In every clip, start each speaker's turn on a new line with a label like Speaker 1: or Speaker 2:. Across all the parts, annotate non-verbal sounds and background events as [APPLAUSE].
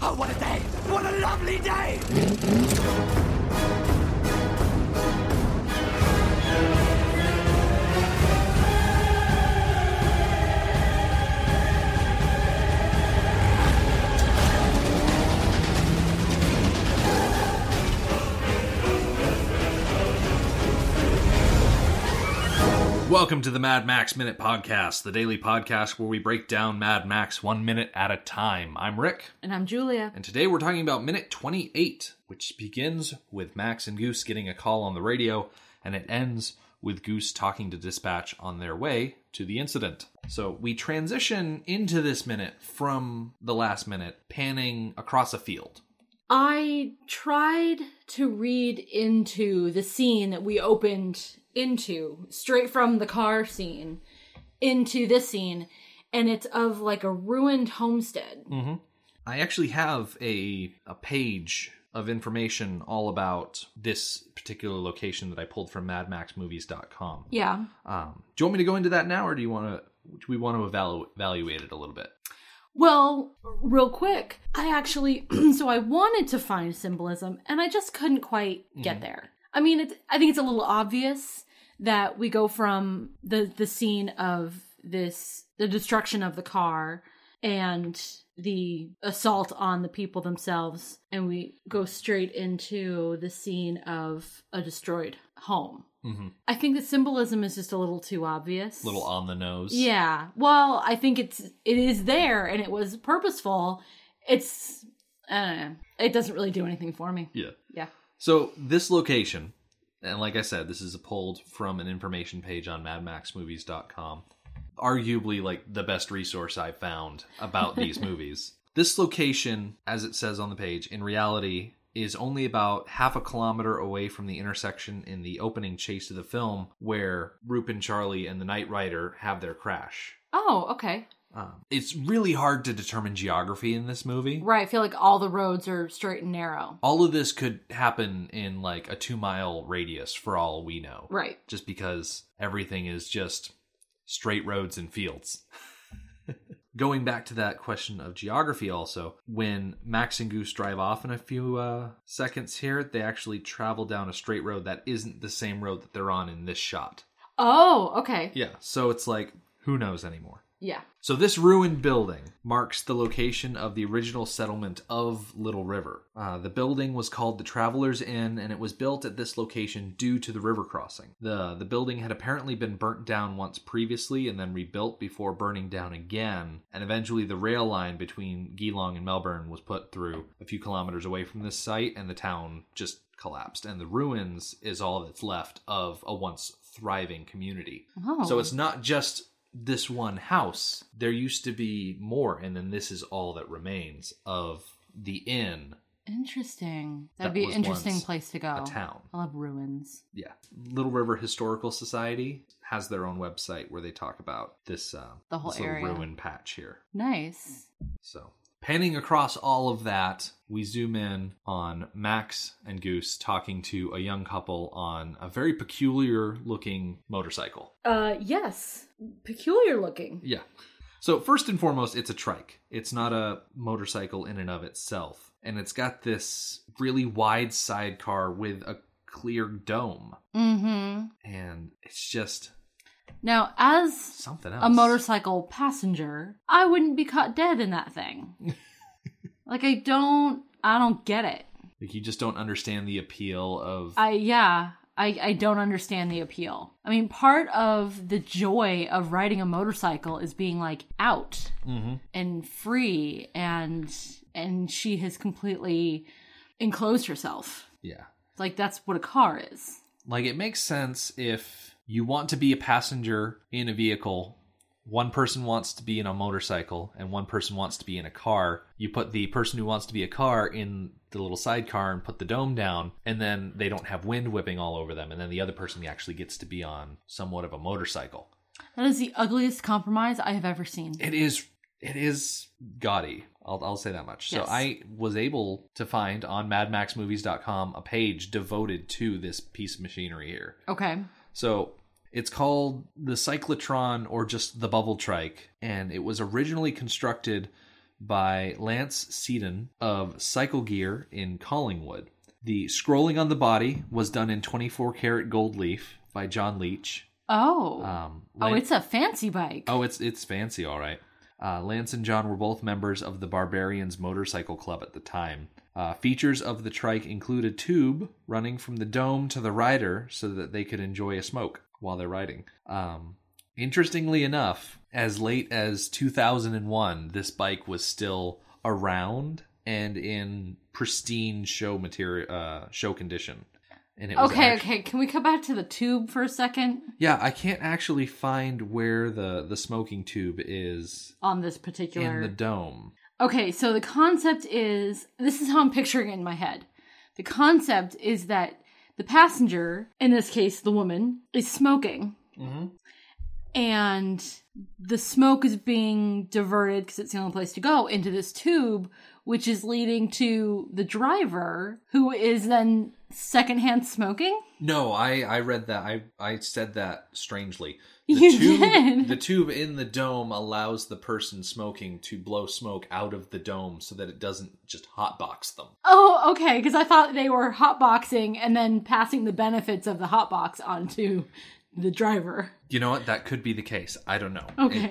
Speaker 1: Oh, what a day! What a lovely day!
Speaker 2: Welcome to the Mad Max Minute Podcast, the daily podcast where we break down Mad Max one minute at a time. I'm Rick,
Speaker 3: And I'm Julia.
Speaker 2: and today we're talking about minute 28, which begins with Max and Goose getting a call on the radio, and it ends with Goose talking to dispatch on their way to the incident. So we transition into this minute from the last minute, panning across a field.
Speaker 3: I tried to read into the scene that we opened into, straight from the car scene into this scene, and it's of like a ruined homestead.
Speaker 2: I actually have a a page of information all about this particular location that I pulled from MadMaxMovies.com.
Speaker 3: Yeah.
Speaker 2: Um, do you want me to go into that now, or do you want to? Do we want to evalu- evaluate it a little bit?
Speaker 3: Well, real quick, I actually, [CLEARS THROAT] so I wanted to find symbolism, and I just couldn't quite
Speaker 2: Mm-hmm.
Speaker 3: get there. I mean, it's, I think it's a little obvious that we go from the the scene of this the destruction of the car and the assault on the people themselves, and we go straight into the scene of a destroyed home.
Speaker 2: Mm-hmm.
Speaker 3: I think the symbolism is just a little too obvious.
Speaker 2: Little on the nose.
Speaker 3: Yeah. Well, I think it's it is there and it was purposeful. It's I don't know. It doesn't really do anything for me.
Speaker 2: Yeah.
Speaker 3: Yeah.
Speaker 2: So this location, and like I said, this is pulled from an information page on MadMaxMovies.com. Arguably, like the best resource I've found about these movies. This location, as it says on the page, in reality is only about half a kilometer away from the intersection in the opening chase of the film where Rupe and Charlie and the Knight Rider have their crash.
Speaker 3: Oh, okay.
Speaker 2: Um, it's really hard to determine geography in this movie.
Speaker 3: Right. I feel like all the roads are straight and narrow.
Speaker 2: All of this could happen in like a two mile radius for all we know.
Speaker 3: Right.
Speaker 2: Just because everything is just straight roads and fields. [LAUGHS] Going back to that question of geography, also, when Max and Goose drive off in a few uh, seconds here, they actually travel down a straight road that isn't the same road that they're on in this shot.
Speaker 3: Oh, okay.
Speaker 2: Yeah. So it's like, who knows anymore?
Speaker 3: Yeah.
Speaker 2: So, this ruined building marks the location of the original settlement of Little River. Uh, the building was called the Traveler's Inn, and it was built at this location due to the river crossing. The, the building had apparently been burnt down once previously and then rebuilt before burning down again, and eventually the rail line between Geelong and Melbourne was put through a few kilometers away from this site, and the town just collapsed. And the ruins is all that's left of a once thriving community.
Speaker 3: Oh.
Speaker 2: So it's not just this one house. There used to be more, and then this is all that remains of the inn,
Speaker 3: interesting. That'd
Speaker 2: That
Speaker 3: be an
Speaker 2: was
Speaker 3: interesting
Speaker 2: once
Speaker 3: place to go.
Speaker 2: a town.
Speaker 3: I love ruins.
Speaker 2: Yeah. Little River Historical Society has their own website where they talk about this, uh,
Speaker 3: The whole
Speaker 2: this little
Speaker 3: area.
Speaker 2: ruin patch here.
Speaker 3: Nice.
Speaker 2: So, panning across all of that, we zoom in on Max and Goose talking to a young couple on a very peculiar looking motorcycle.
Speaker 3: Uh yes. Peculiar looking.
Speaker 2: Yeah. So first and foremost, it's a trike. It's not a motorcycle in and of itself, and it's got this really wide sidecar with a clear dome,
Speaker 3: Mm-hmm.
Speaker 2: and it's just
Speaker 3: Now as
Speaker 2: something else.
Speaker 3: a motorcycle passenger, I wouldn't be caught dead in that thing. like I don't I don't get it.
Speaker 2: Like you just don't understand the appeal of.
Speaker 3: I yeah, I I don't understand the appeal. I mean, part of the joy of riding a motorcycle is being like out
Speaker 2: Mhm.
Speaker 3: and free and and she has completely enclosed herself.
Speaker 2: Yeah.
Speaker 3: Like that's what a car is.
Speaker 2: Like it makes sense if you want to be a passenger in a vehicle. One person wants to be in a motorcycle and one person wants to be in a car. You put the person who wants to be a car in the little sidecar and put the dome down, and then they don't have wind whipping all over them. And then the other person actually gets to be on somewhat of a motorcycle.
Speaker 3: That is the ugliest compromise I have ever seen.
Speaker 2: It is it is gaudy. I'll, I'll say that much.
Speaker 3: Yes.
Speaker 2: So I was able to find on MadMaxMovies.com a page devoted to this piece of machinery here.
Speaker 3: Okay.
Speaker 2: So it's called the cyclotron or just the bubble trike, and it was originally constructed by Lance Seaton of Cycle Gear in Collingwood. The scrolling on the body was done in 24 karat gold leaf by John Leach.
Speaker 3: Oh.
Speaker 2: Um,
Speaker 3: oh,
Speaker 2: Lan-
Speaker 3: it's a fancy bike.
Speaker 2: oh, it's it's fancy, all right. Uh, Lance and John were both members of the Barbarians Motorcycle Club at the time. Uh, features of the trike include a tube running from the dome to the rider so that they could enjoy a smoke while they're riding. Um, interestingly enough, as late as 2001, this bike was still around and in pristine show material, uh, show condition. And it was
Speaker 3: okay,
Speaker 2: actu-
Speaker 3: okay. Can we come back to the tube for a second
Speaker 2: yeah, I can't actually find where the the smoking tube is
Speaker 3: on this
Speaker 2: in
Speaker 3: particular?
Speaker 2: the dome.
Speaker 3: Okay, so the concept is this is how I'm picturing it in my head. The concept is that the passenger, in this case the woman, is smoking. And the smoke is being diverted because it's the only place to go into this tube, which is leading to the driver, who is then secondhand smoking.
Speaker 2: No, I I read that. I I said that
Speaker 3: [LAUGHS]
Speaker 2: strangely.
Speaker 3: You
Speaker 2: tube,
Speaker 3: did.
Speaker 2: The tube in the dome allows the person smoking to blow smoke out of the dome so that it doesn't just hotbox them.
Speaker 3: Oh, okay, because I thought they were hotboxing and then passing the benefits of the hotbox onto the driver.
Speaker 2: You know what? That could be the case. I don't know.
Speaker 3: Okay. [LAUGHS]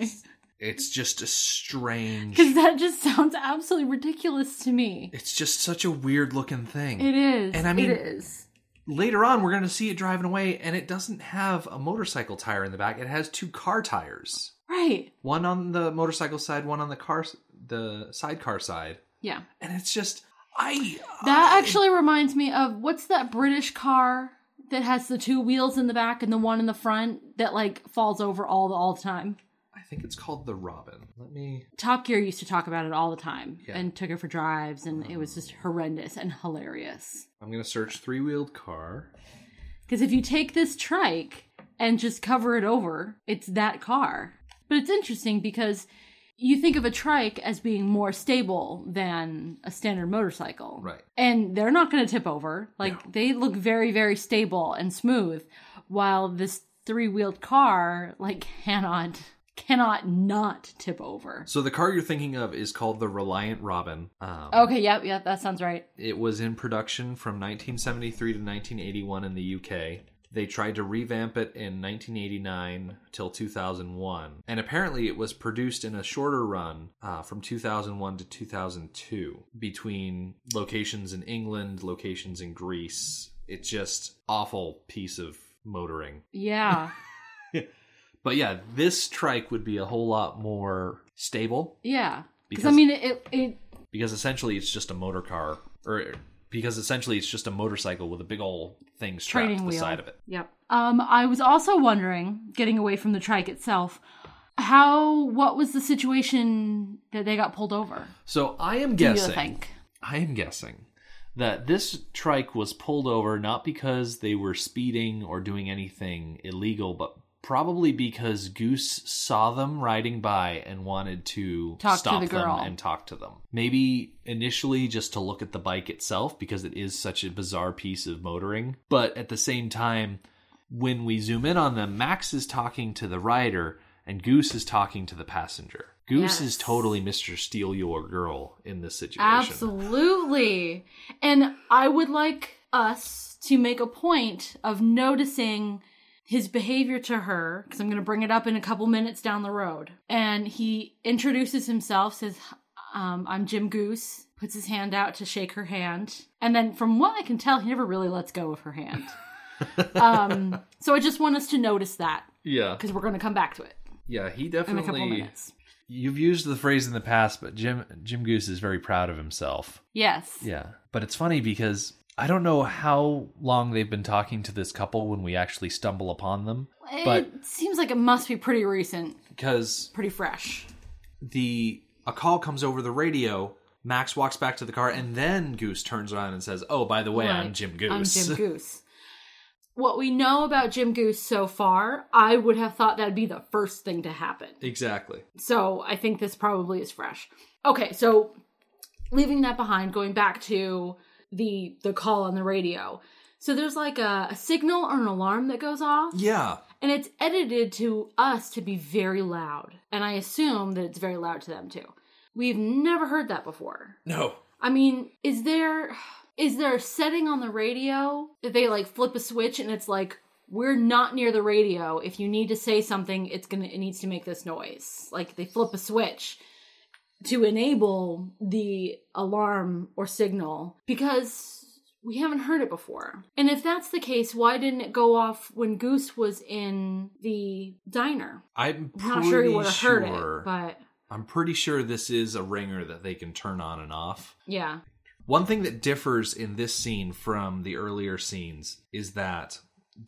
Speaker 2: It's, it's just a strange.
Speaker 3: Because that just sounds absolutely ridiculous to me.
Speaker 2: It's just such a weird looking thing.
Speaker 3: It is.
Speaker 2: And I mean-
Speaker 3: it is.
Speaker 2: later on we're going to see it driving away and it doesn't have a motorcycle tire in the back it has two car tires
Speaker 3: Right.
Speaker 2: one on the motorcycle side one on the car the sidecar side
Speaker 3: Yeah.
Speaker 2: and it's just i
Speaker 3: That actually reminds me of what's that British car that has the two wheels in the back and the one in the front that like falls over all the all the time?
Speaker 2: i think it's called the robin let me
Speaker 3: Top Gear used to talk about it all the time
Speaker 2: Yeah.
Speaker 3: and took it for drives and it was just horrendous and hilarious.
Speaker 2: i'm going to search three-wheeled car
Speaker 3: Because if you take this trike and just cover it over, it's that car. But it's interesting because you think of a trike as being more stable than a standard motorcycle.
Speaker 2: Right.
Speaker 3: And they're not going to tip over. Like they look very, very stable and smooth, while this three wheeled car, like, cannot. Cannot not tip over.
Speaker 2: so the car you're thinking of is called the reliant robin um,
Speaker 3: Okay, yep, yep, that sounds right.
Speaker 2: It was in production from 1973 to 1981 in the UK. They tried to revamp it in 1989 till 2001. And apparently, it was produced in a shorter run uh, from 2001 to 2002 between locations in England, locations in Greece. It's just awful piece of motoring.
Speaker 3: Yeah, [LAUGHS]
Speaker 2: But yeah, this trike would be a whole lot more stable
Speaker 3: yeah. Because I
Speaker 2: Because-
Speaker 3: mean, it, it
Speaker 2: because essentially it's just a motor car or because essentially it's just a motorcycle with a big old thing strapped
Speaker 3: training
Speaker 2: to the
Speaker 3: wheel.
Speaker 2: side of it.
Speaker 3: Yep. Um, I was also wondering, getting away from the trike itself, how what was the situation that they got pulled over?
Speaker 2: So I am
Speaker 3: do you
Speaker 2: guessing
Speaker 3: think?
Speaker 2: I am guessing that this trike was pulled over not because they were speeding or doing anything illegal, but probably because Goose saw them riding by and wanted to
Speaker 3: Talk to
Speaker 2: stop
Speaker 3: the girl.
Speaker 2: them and talk to them. Maybe initially just to look at the bike itself because it is such a bizarre piece of motoring, but at the same time when we zoom in on them, Max is talking to the rider and Goose is talking to the passenger. Goose
Speaker 3: Yes.
Speaker 2: is totally Mr. Steal Your Girl in this situation.
Speaker 3: Absolutely. And I would like us to make a point of noticing his behavior to her because I'm going to bring it up in a couple minutes down the road. And he introduces himself, says, um, I'm Jim Goose, puts his hand out to shake her hand. And then, from what I can tell, he never really lets go of her hand.
Speaker 2: [LAUGHS]
Speaker 3: um, so I just want us to notice that
Speaker 2: Yeah.
Speaker 3: because we're going to come back to it
Speaker 2: Yeah, he
Speaker 3: in a couple
Speaker 2: definitely
Speaker 3: minutes.
Speaker 2: You've used the phrase in the past, but Jim Jim Goose is very proud of himself.
Speaker 3: Yes.
Speaker 2: Yeah. But it's funny because I don't know how long they've been talking to this couple when we actually stumble upon them But-
Speaker 3: it seems like it must be pretty recent,
Speaker 2: because
Speaker 3: pretty fresh.
Speaker 2: the a call comes over the radio. Max walks back to the car and then Goose turns around and says, "Oh, by the way, I'm
Speaker 3: Right.
Speaker 2: Jim Goose." [LAUGHS]
Speaker 3: I'm Jim Goose. What we know about Jim Goose so far, I would have thought that'd be the first thing to happen.
Speaker 2: exactly.
Speaker 3: So I think this probably is fresh. Okay, so leaving that behind, going back to the the call on the radio. So there's like a, a signal or an alarm that goes off,
Speaker 2: Yeah.
Speaker 3: and it's edited to us to be very loud, and I assume that it's very loud to them too. We've never heard that before.
Speaker 4: No.
Speaker 3: I mean, is there is there a setting on the radio that they like flip a switch and it's like we're not near the radio. If you need to say something, it's gonna it needs to make this noise. Like they flip a switch to enable the alarm or signal because we haven't heard it before. And if that's the case, why didn't it go off when Goose was in the diner?
Speaker 2: I'm
Speaker 3: I'm
Speaker 2: pretty
Speaker 3: not sure he would have
Speaker 2: sure.
Speaker 3: heard it, but
Speaker 2: I'm pretty sure this is a ringer that they can turn on and off.
Speaker 3: yeah.
Speaker 2: One thing that differs in this scene from the earlier scenes is that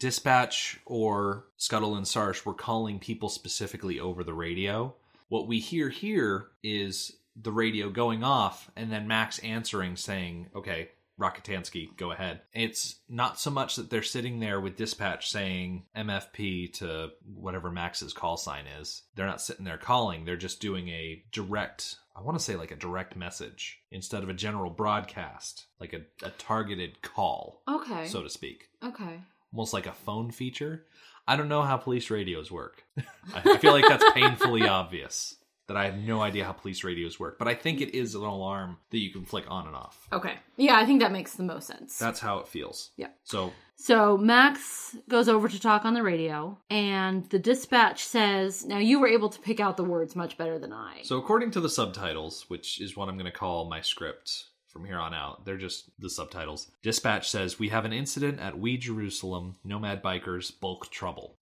Speaker 2: Dispatch or Scuttle and Sarsh were calling people specifically over the radio. What we hear here is the radio going off and then Max answering saying, okay, Rakitansky, go ahead. It's not so much that they're sitting there with dispatch saying MFP to whatever Max's call sign is. They're not sitting there calling. They're just doing a direct, I want to say like a direct message instead of a general broadcast, like a, a targeted call,
Speaker 3: Okay.
Speaker 2: so to speak.
Speaker 3: okay.
Speaker 2: Almost like a phone feature. I don't know how police radios work. [LAUGHS] I I feel like that's painfully obvious that I have no idea how police radios work, but I think it is an alarm that you can flick on and off.
Speaker 3: Okay. Yeah, I think that makes the most sense.
Speaker 2: That's how it feels.
Speaker 3: Yeah.
Speaker 2: So
Speaker 3: So Max goes over to talk on the radio, and the dispatch says, Now you were able to pick out the words much better than I.
Speaker 2: So, according to the subtitles, which is what I'm going to call my script from here on out, they're just the subtitles. Dispatch says, We have an incident at We Jerusalem, Nomad Bikers, Bulk Trouble.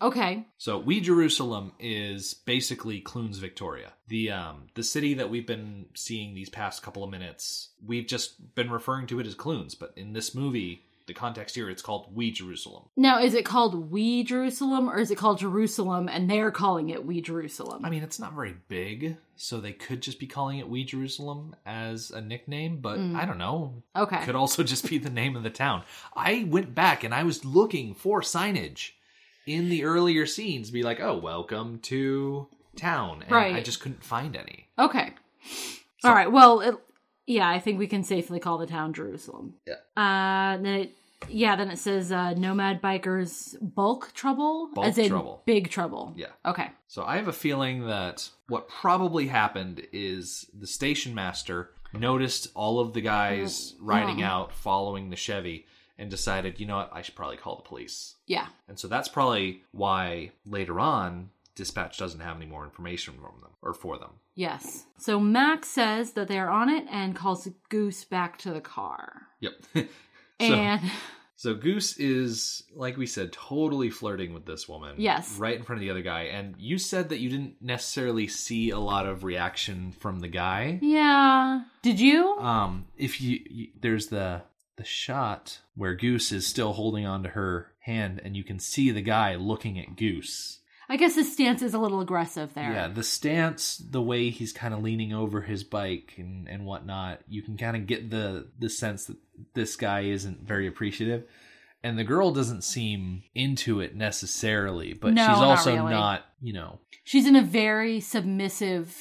Speaker 3: okay.
Speaker 2: So, We Jerusalem is basically Clunes, Victoria. The, um, the city that we've been seeing these past couple of minutes, we've just been referring to it as Clunes, but in this movie, the context here, it's called We Jerusalem.
Speaker 3: Now, is it called We Jerusalem or is it called Jerusalem and they're calling it We Jerusalem?
Speaker 2: I mean, it's not very big, so they could just be calling it We Jerusalem as a nickname, but I don't know.
Speaker 3: Mm. okay.
Speaker 2: could also just be the name of the town. I went back and I was looking for signage in the earlier scenes, be like, "Oh, welcome to town," and I
Speaker 3: Right.
Speaker 2: just couldn't find any.
Speaker 3: Okay. All right. Well, it, yeah, I think we can safely call the town Jerusalem.
Speaker 2: Yeah.
Speaker 3: Uh, then it, yeah, then it says uh, Nomad Bikers Bulk Trouble.
Speaker 2: Bulk
Speaker 3: as in
Speaker 2: trouble.
Speaker 3: Big Trouble.
Speaker 2: Yeah.
Speaker 3: Okay.
Speaker 2: So I have a feeling that what probably happened is the station master noticed all of the guys riding out following the Chevy and decided, you know what, I should probably call the police.
Speaker 3: Yeah.
Speaker 2: And so that's probably why later on dispatch doesn't have any more information from them or for them.
Speaker 3: Yes. So Max says that they're on it and calls Goose back to the car.
Speaker 2: Yep. [LAUGHS] so,
Speaker 3: And [LAUGHS]
Speaker 2: So Goose is, like we said, totally flirting with this woman.
Speaker 3: Yes.
Speaker 2: Right in front of the other guy. And you said that you didn't necessarily see a lot of reaction from the guy.
Speaker 3: yeah, did you?
Speaker 2: Um, if you, you there's the the shot where Goose is still holding on to her hand and you can see the guy looking at Goose.
Speaker 3: I guess his stance is a little aggressive there.
Speaker 2: Yeah, the stance, the way he's kind of leaning over his bike and, and whatnot, you can kind of get the the sense that this guy isn't very appreciative. And the girl doesn't seem into it necessarily, but
Speaker 3: No,
Speaker 2: she's
Speaker 3: not
Speaker 2: also
Speaker 3: really.
Speaker 2: not, you know,
Speaker 3: She's in a very submissive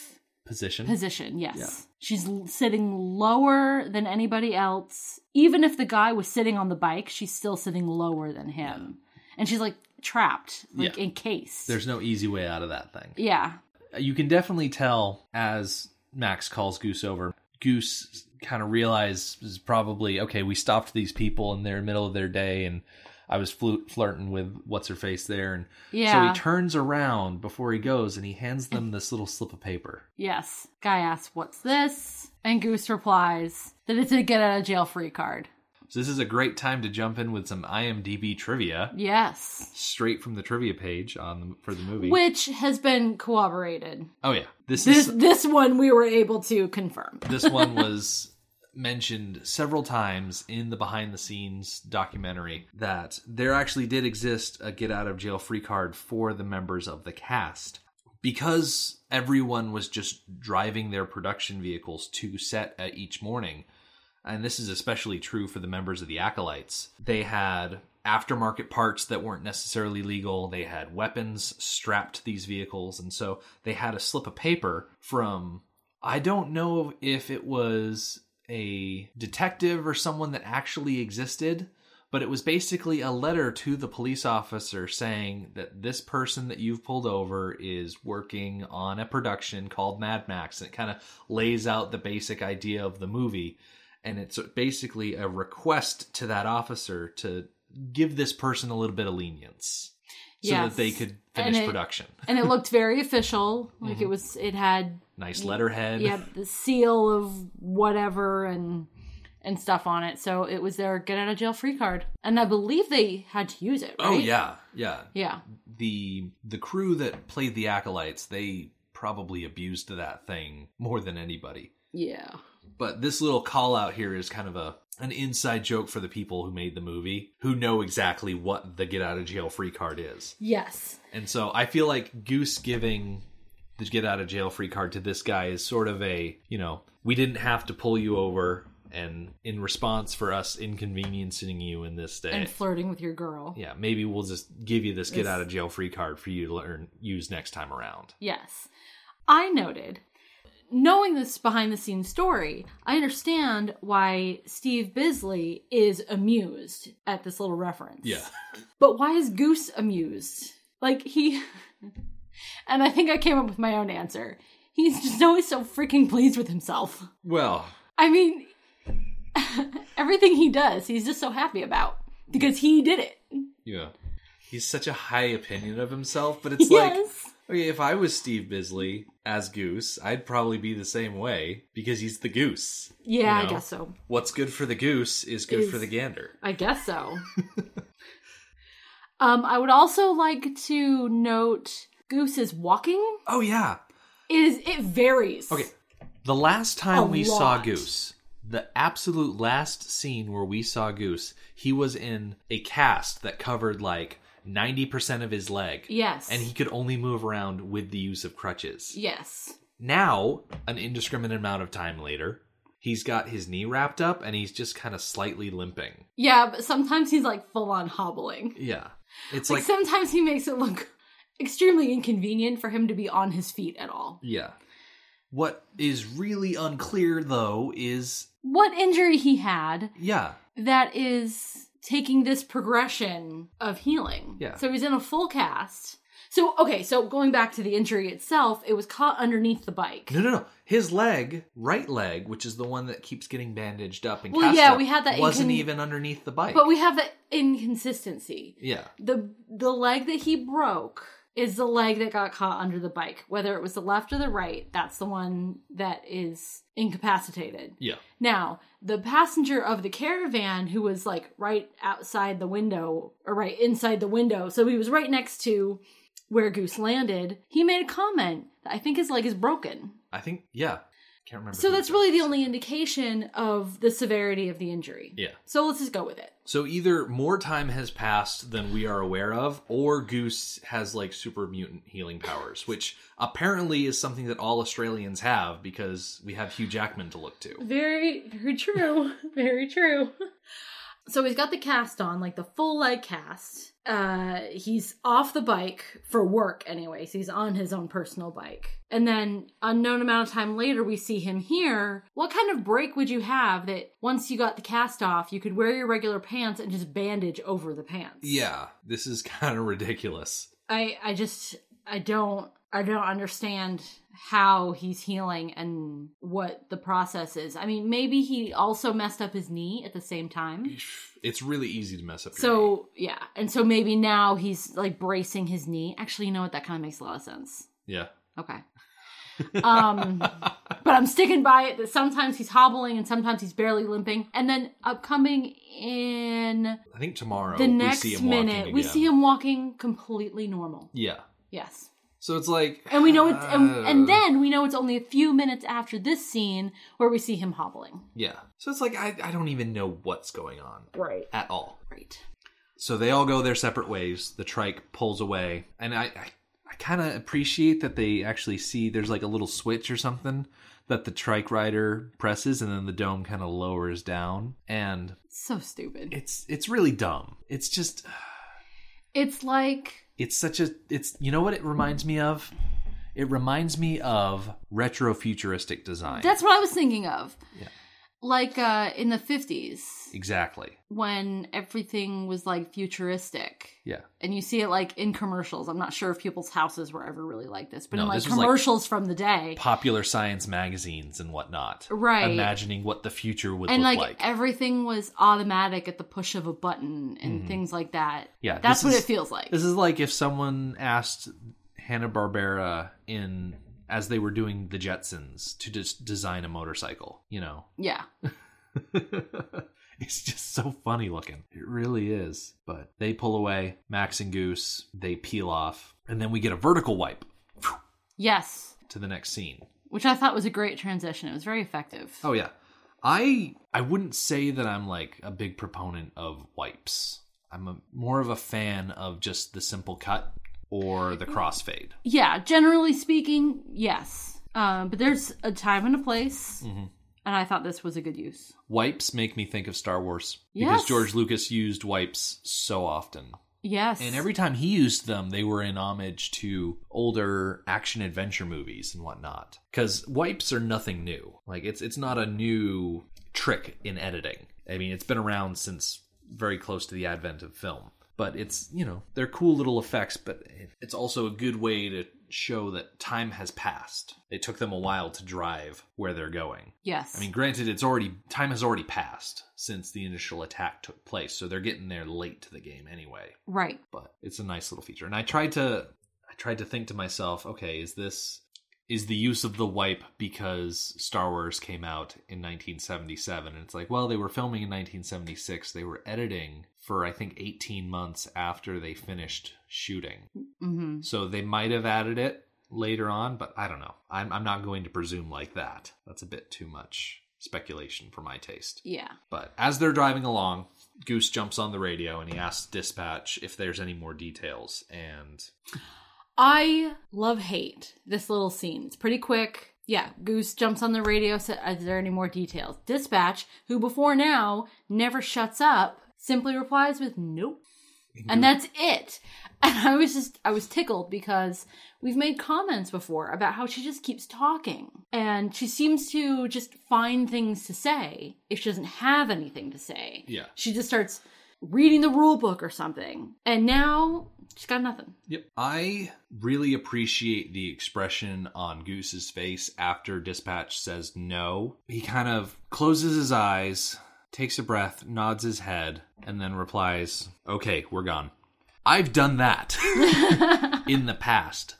Speaker 2: position.
Speaker 3: position. Yes.
Speaker 2: Yeah.
Speaker 3: She's l- sitting lower than anybody else. Even if the guy was sitting on the bike, she's still sitting lower than him. And she's like trapped, like
Speaker 2: Yeah.
Speaker 3: encased.
Speaker 2: There's no easy way out of that thing.
Speaker 3: yeah.
Speaker 2: You can definitely tell as Max calls Goose over, Goose kind of realizes probably, okay, we stopped these people in their middle of their day and I was flu- flirting with what's her face there and
Speaker 3: Yeah.
Speaker 2: So he turns around before he goes and he hands them this little slip of paper.
Speaker 3: Yes. Guy asks, What's this? And Goose replies that it's a get out of jail free card.
Speaker 2: So this is a great time to jump in with some IMDb trivia
Speaker 3: Yes.
Speaker 2: straight from the trivia page on the, for the movie.
Speaker 3: Which has been corroborated.
Speaker 2: oh yeah, this
Speaker 3: This
Speaker 2: is
Speaker 3: this one we were able to confirm.
Speaker 2: this one was mentioned several times in the behind the scenes documentary that there actually did exist a get out of jail free card for the members of the cast. Because everyone was just driving their production vehicles to set at each morning, and this is especially true for the members of the acolytes they had aftermarket parts that weren't necessarily legal they had weapons strapped to these vehicles and so they had a slip of paper from i don't know if it was a detective or someone that actually existed but it was basically a letter to the police officer saying that this person that you've pulled over is working on a production called Mad Max. And it kind of lays out the basic idea of the movie. And it's basically a request to that officer to give this person a little bit of lenience so
Speaker 3: Yes.
Speaker 2: that they could Mm-hmm.
Speaker 3: And
Speaker 2: finish
Speaker 3: it-
Speaker 2: production.
Speaker 3: and it looked very official. Like it was, it had
Speaker 2: Nice letterhead.
Speaker 3: yeah the seal of whatever and and stuff on it. So it was their get out of jail free card, and I believe they had to use it. Right?
Speaker 2: Oh, yeah. Yeah.
Speaker 3: yeah.
Speaker 2: the the crew that played the acolytes they probably abused that thing more than anybody
Speaker 3: Yeah.
Speaker 2: but this little call out here is kind of a an inside joke for the people who made the movie who know exactly what the get out of jail free card is
Speaker 3: Yes.
Speaker 2: and so i feel like goose giving the get out of jail free card to this guy is sort of a you know we didn't have to pull you over and in response for us inconveniencing you in this day
Speaker 3: And flirting with your girl.
Speaker 2: yeah, maybe we'll just give you this get out of jail free card for you to learn use next time around.
Speaker 3: Yes. I noted, knowing this behind the scenes story, I understand why Steve Bisley is amused at this little reference. But why is Goose amused? Like he [LAUGHS] and I think I came up with my own answer. He's just always so freaking pleased with himself.
Speaker 2: Well,
Speaker 3: I mean [LAUGHS] everything he does, he's just so happy about because he did it.
Speaker 2: yeah. He's such a high opinion of himself, but
Speaker 3: [LAUGHS]
Speaker 2: it's like
Speaker 3: yes.
Speaker 2: okay, if I was Steve Bisley as Goose, I'd probably be the same way because he's the goose.
Speaker 3: yeah,
Speaker 2: you know.
Speaker 3: I guess so.
Speaker 2: What's good for the goose is good
Speaker 3: Is-
Speaker 2: for the gander.
Speaker 3: I guess so. um, I would also like to note Goose's walking
Speaker 2: Oh yeah.
Speaker 3: is it varies.
Speaker 2: Okay. The last time
Speaker 3: A
Speaker 2: we saw
Speaker 3: lot.
Speaker 2: Goose, the absolute last scene where we saw Goose, he was in a cast that covered like 90% of his leg.
Speaker 3: Yes.
Speaker 2: and he could only move around with the use of crutches.
Speaker 3: Yes.
Speaker 2: Now, an indiscriminate amount of time later, he's got his knee wrapped up and he's just kind of slightly limping.
Speaker 3: Yeah, but sometimes he's like full on hobbling.
Speaker 2: Yeah. It's
Speaker 3: Like,
Speaker 2: like,
Speaker 3: sometimes he makes it look extremely inconvenient for him to be on his feet at all.
Speaker 2: yeah. What is really unclear though is
Speaker 3: What injury he had
Speaker 2: yeah,
Speaker 3: that is taking this progression of healing.
Speaker 2: Yeah.
Speaker 3: So he's in a full cast. So okay, so going back to the injury itself, it was caught underneath the bike.
Speaker 2: no, no, no. His leg, right leg, which is the one that keeps getting bandaged up and
Speaker 3: Well,
Speaker 2: cast
Speaker 3: yeah,
Speaker 2: up,
Speaker 3: we had that
Speaker 2: wasn't
Speaker 3: incon-
Speaker 2: even underneath the bike.
Speaker 3: But we have that inconsistency.
Speaker 2: yeah,
Speaker 3: The the leg that he broke is the leg that got caught under the bike. Whether it was the left or the right, that's the one that is incapacitated.
Speaker 2: yeah,
Speaker 3: Now, the passenger of the caravan who was like right outside the window or right inside the window, so he was right next to where Goose landed, he made a comment that I think his leg is broken.
Speaker 2: I think yeah. Can't remember.
Speaker 3: So
Speaker 2: who
Speaker 3: that's
Speaker 2: it
Speaker 3: really
Speaker 2: was.
Speaker 3: the only indication of the severity of the injury.
Speaker 2: Yeah.
Speaker 3: So let's just go with it.
Speaker 2: So either more time has passed than we are aware of, or Goose has like super mutant healing powers, which apparently is something that all Australians have because we have Hugh Jackman to look to.
Speaker 3: Very, very true. [LAUGHS] very true. So he's got the cast on, like the full leg cast. Uh, he's off the bike for work anyway, so he's on his own personal bike. And then, unknown amount of time later, we see him here. What kind of break would you have that once you got the cast off, you could wear your regular pants and just bandage over the pants?
Speaker 2: Yeah, this is [LAUGHS] kind of ridiculous.
Speaker 3: I, I just, I don't, I don't understand how he's healing and what the process is. I mean, maybe he also messed up his knee at the same time.
Speaker 2: It's really easy to mess up. Your knee.
Speaker 3: So yeah, and so maybe now he's like bracing his knee. Actually, you know what? That kind of makes a lot of sense.
Speaker 2: yeah, [LAUGHS]
Speaker 3: Okay. Um, but I'm sticking by it that sometimes he's hobbling and sometimes he's barely limping. And then upcoming in
Speaker 2: I think tomorrow
Speaker 3: the
Speaker 2: we
Speaker 3: next
Speaker 2: see him walking
Speaker 3: minute, we
Speaker 2: again.
Speaker 3: see him walking completely normal.
Speaker 2: Yeah,
Speaker 3: Yes.
Speaker 2: so it's like,
Speaker 3: And we know it's, and, and
Speaker 2: uh,
Speaker 3: then we know it's only a few minutes after this scene where we see him hobbling.
Speaker 2: yeah, so it's like I I don't even know what's going on
Speaker 3: Right.
Speaker 2: at all.
Speaker 3: Right.
Speaker 2: So they all go their separate ways. The trike pulls away, and I I, I kind of appreciate that they actually see there's like a little switch or something that the trike rider presses, and then the dome kind of lowers down, and
Speaker 3: So stupid.
Speaker 2: it's it's really dumb. It's just
Speaker 3: It's like
Speaker 2: it's such a it's you know what it reminds me of. It reminds me of retro futuristic design.
Speaker 3: That's what I was thinking of. like uh, in the 50s
Speaker 2: Exactly.
Speaker 3: when everything was like futuristic.
Speaker 2: Yeah.
Speaker 3: And you see it like in commercials. I'm not sure if people's houses were ever really like this, but
Speaker 2: No,
Speaker 3: in like
Speaker 2: this was, like,
Speaker 3: commercials from the day.
Speaker 2: Popular science magazines and whatnot.
Speaker 3: Right.
Speaker 2: Imagining what the future would
Speaker 3: and
Speaker 2: look
Speaker 3: like,
Speaker 2: like.
Speaker 3: everything was automatic at the push of a button and
Speaker 2: Mhm.
Speaker 3: things like that.
Speaker 2: yeah.
Speaker 3: That's
Speaker 2: this
Speaker 3: what
Speaker 2: is-
Speaker 3: it feels like.
Speaker 2: This is like if someone asked Hanna Barbera in as they were doing the Jetsons to just design a motorcycle. You know, [LAUGHS]
Speaker 3: yeah.
Speaker 2: it's just so funny looking. It really is. But they pull away. Max and Goose they peel off, and then we get a vertical wipe
Speaker 3: Yes.
Speaker 2: to the next scene.
Speaker 3: Which I thought was a great transition. It was very effective.
Speaker 2: Oh yeah. I I wouldn't say that I'm like a big proponent of wipes. I'm a, more of a fan of just the simple cut or the crossfade.
Speaker 3: Yeah, generally speaking, yes. Um, but there's a time and a place,
Speaker 2: Mm-hmm.
Speaker 3: and I thought this was a good use.
Speaker 2: Wipes make me think of Star Wars because
Speaker 3: Yes.
Speaker 2: George Lucas used wipes so often.
Speaker 3: Yes.
Speaker 2: And every time he used them, they were in homage to older action adventure movies and whatnot. Because wipes are nothing new. Like it's it's not a new trick in editing. I mean, it's been around since very close to the advent of film. But it's you know they're cool little effects, but it's also a good way to show that time has passed. It took them a while to drive where they're going.
Speaker 3: yes.
Speaker 2: I mean, granted, it's already time has already passed since the initial attack took place, so they're getting there late to the game anyway.
Speaker 3: right.
Speaker 2: But it's a nice little feature, and I tried to I tried to think to myself, okay, is this is the use of the wipe because Star Wars came out in 1977, and it's like, well, they were filming in 1976, they were editing for I think 18 months after they finished shooting,
Speaker 3: hmm
Speaker 2: so they might have added it later on, but I don't know. I'm, I'm not going to presume like that. That's a bit too much speculation for my taste.
Speaker 3: Yeah.
Speaker 2: But as they're driving along, Goose jumps on the radio and he asks dispatch if there's any more details. And
Speaker 3: I love hate this little scene. It's pretty quick. Yeah, Goose jumps on the radio. Said, "Is there any more details?" Dispatch, who before now never shuts up, simply replies with "Nope," and that's it. [LAUGHS] And I was just, I was tickled because we've made comments before about how she just keeps talking, and she seems to just find things to say if she doesn't have anything to say.
Speaker 2: Yeah.
Speaker 3: she just starts reading the rule book or something, and now she's got nothing.
Speaker 2: yep, I really appreciate the expression on Goose's face after dispatch says no. He kind of closes his eyes, takes a breath, nods his head, and then replies, "Okay, we're gone." I've done that. in the past.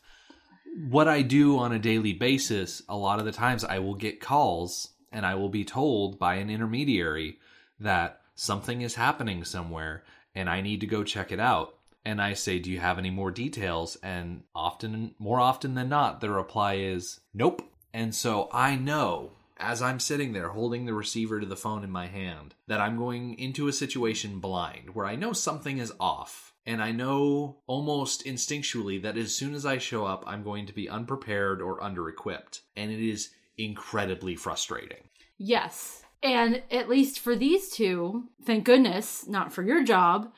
Speaker 2: What I do on a daily basis, a lot of the times I will get calls and I will be told by an intermediary that something is happening somewhere and I need to go check it out. And I say, Do you have any more details? And often, more often than not, the reply is, Nope. And so I know as I'm sitting there holding the receiver to the phone in my hand that I'm going into a situation blind where I know something is off. And I know almost instinctually that as soon as I show up, I'm going to be unprepared or under equipped. And it is incredibly frustrating.
Speaker 3: Yes. And at least for these two, thank goodness, not for your job,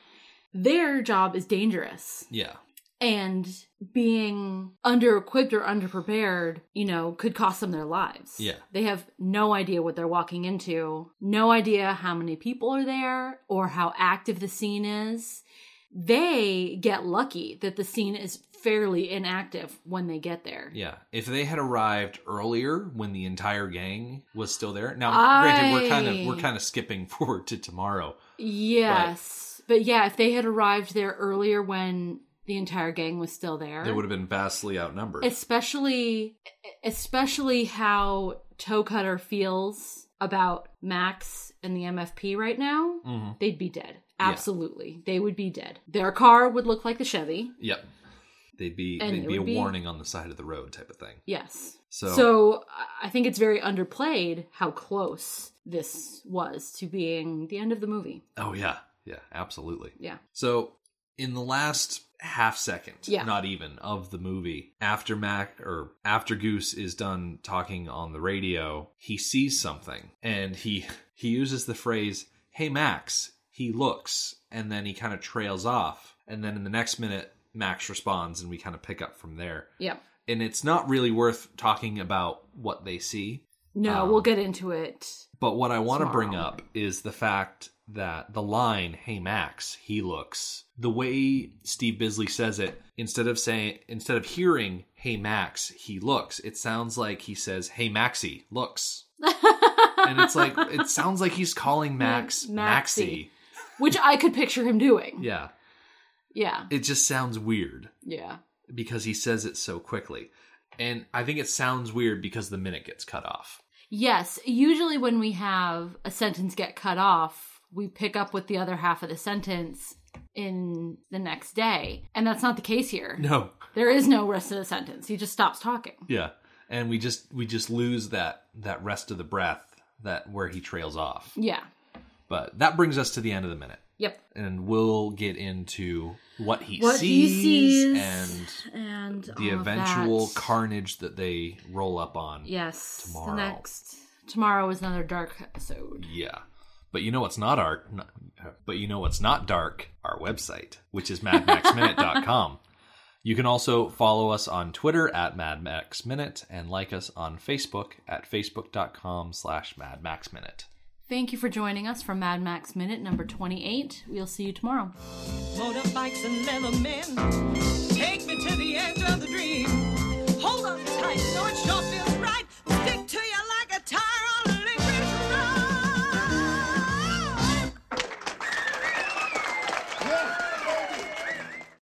Speaker 3: their job is dangerous.
Speaker 2: Yeah.
Speaker 3: And being under equipped or underprepared, you know, could cost them their lives.
Speaker 2: Yeah.
Speaker 3: They have no idea what they're walking into, no idea how many people are there or how active the scene is. They get lucky that the scene is fairly inactive when they get there.
Speaker 2: Yeah. If they had arrived earlier when the entire gang was still there. Now granted we're kind of we're
Speaker 3: I-
Speaker 2: kind of skipping [LAUGHS] forward to tomorrow.
Speaker 3: Yes. But, yeah, if they had arrived there earlier when the entire gang was still there,
Speaker 2: They would have been vastly outnumbered.
Speaker 3: especially especially how Toe Cutter feels about Max and the MFP right now,
Speaker 2: hmm
Speaker 3: they'd be dead.
Speaker 2: Yeah.
Speaker 3: Absolutely. They would be dead. Their car would look like the Chevy.
Speaker 2: Yep. They'd be
Speaker 3: And
Speaker 2: they'd
Speaker 3: it
Speaker 2: be a
Speaker 3: would be-
Speaker 2: warning on the side of the road type of thing.
Speaker 3: Yes.
Speaker 2: So,
Speaker 3: so I- I think it's very underplayed how close this was to being the end of the movie.
Speaker 2: oh yeah. Yeah, absolutely.
Speaker 3: Yeah.
Speaker 2: So in the last half second,
Speaker 3: Yeah.
Speaker 2: not even of the movie, after Mac or after Goose is done talking on the radio, he sees something and he [LAUGHS] he uses the phrase, "Hey Max." He looks and then he kind of trails off and then in the next minute Max responds and we kind of pick up from there.
Speaker 3: Yeah.
Speaker 2: And it's not really worth talking about what they see
Speaker 3: No,
Speaker 2: Um,
Speaker 3: we'll get into it
Speaker 2: But what I want to
Speaker 3: Tomorrow.
Speaker 2: bring up is the fact that the line, "Hey Max, he looks." The way Steve Bisley says it, instead of saying instead of hearing "Hey Max, he looks," it sounds like he says "Hey Maxie, looks." And it's like it sounds like he's calling Max Maxie.
Speaker 3: Maxie. Which I could picture him doing.
Speaker 2: Yeah.
Speaker 3: Yeah.
Speaker 2: It just sounds weird
Speaker 3: Yeah.
Speaker 2: because he says it so quickly. And I think it sounds weird because the minute gets cut off.
Speaker 3: Yes. Usually, when we have a sentence get cut off, we pick up with the other half of the sentence in the next day. And that's not the case here.
Speaker 2: No.
Speaker 3: There is no rest of the sentence. He just stops talking.
Speaker 2: Yeah. And we just we just lose that that rest of the breath that where he trails off.
Speaker 3: Yeah.
Speaker 2: But that brings us to the end of the minute.
Speaker 3: Yep.
Speaker 2: And we'll get into what he
Speaker 3: What he
Speaker 2: sees
Speaker 3: sees
Speaker 2: and
Speaker 3: And
Speaker 2: the
Speaker 3: all of that.
Speaker 2: eventual carnage that they roll up on.
Speaker 3: Yes.
Speaker 2: tomorrow.
Speaker 3: The next tomorrow is another dark episode.
Speaker 2: Yeah. But you know what's not art? n- But you know what's not dark? Our website, which is madmaxminute.com. You can also follow us on Twitter at madmaxminute and like us on Facebook at facebook.com slash madmaxminute.
Speaker 3: Thank you for joining us for Mad Max Minute number 28. We'll see you tomorrow.
Speaker 1: Motorbikes and leather men take me to the edge of the dream.